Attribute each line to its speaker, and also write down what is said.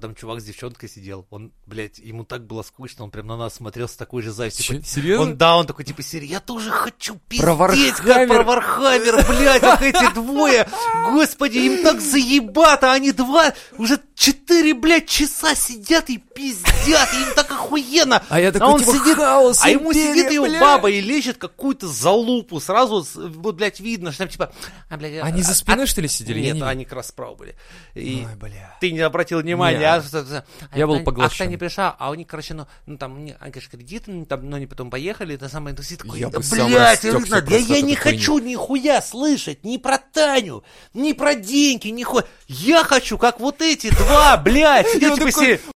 Speaker 1: там чувак с девчонкой сидел. Он, блядь, ему так было скучно, он прям на нас смотрел с такой же завистью.
Speaker 2: Че,
Speaker 1: Типа,
Speaker 2: серьезно?
Speaker 1: Он, да, он такой, типа, Сири, я тоже хочу пиздеть,
Speaker 2: Про
Speaker 1: как
Speaker 2: Вархаммер.
Speaker 1: про Вархаммер, блядь, как эти двое. Господи, им так заебато, они два уже четыре, блядь, часа сидят и пиздят, и им так охуенно.
Speaker 2: А я такой,
Speaker 1: он
Speaker 2: типа,
Speaker 1: сидит-
Speaker 2: хаос,
Speaker 1: А ему
Speaker 2: империя,
Speaker 1: сидит его
Speaker 2: бля.
Speaker 1: баба и лечит какую-то залупу. Сразу, с- вот, блядь, видно, что там, типа, а, блядь,
Speaker 2: Они за
Speaker 1: а-
Speaker 2: спиной,
Speaker 1: а-
Speaker 2: что ли, сидели? Я
Speaker 1: Нет,
Speaker 2: не видел.
Speaker 1: они как раз справа были. И
Speaker 2: Ой, бля.
Speaker 1: ты не обратил внимания,
Speaker 2: Не.
Speaker 1: а? Что- что- а
Speaker 2: Я был
Speaker 1: Таня-
Speaker 2: поглощен.
Speaker 1: А Таня пришла, а у них, короче, ну, ну там, они, они, конечно, кредит, ну, там, но они потом поехали, это самое, ну, сидит такой,
Speaker 2: Я
Speaker 1: «Да,
Speaker 2: бы сам
Speaker 1: блядь,
Speaker 2: растёкся
Speaker 1: Ирина,
Speaker 2: просто
Speaker 1: да
Speaker 2: от
Speaker 1: я не
Speaker 2: этой хуйни».
Speaker 1: хочу нихуя слышать ни про Таню, ни про деньги, ни хуя. Я хочу, как вот эти два, блядь. Я
Speaker 2: он
Speaker 1: типа
Speaker 2: такой,
Speaker 1: себе-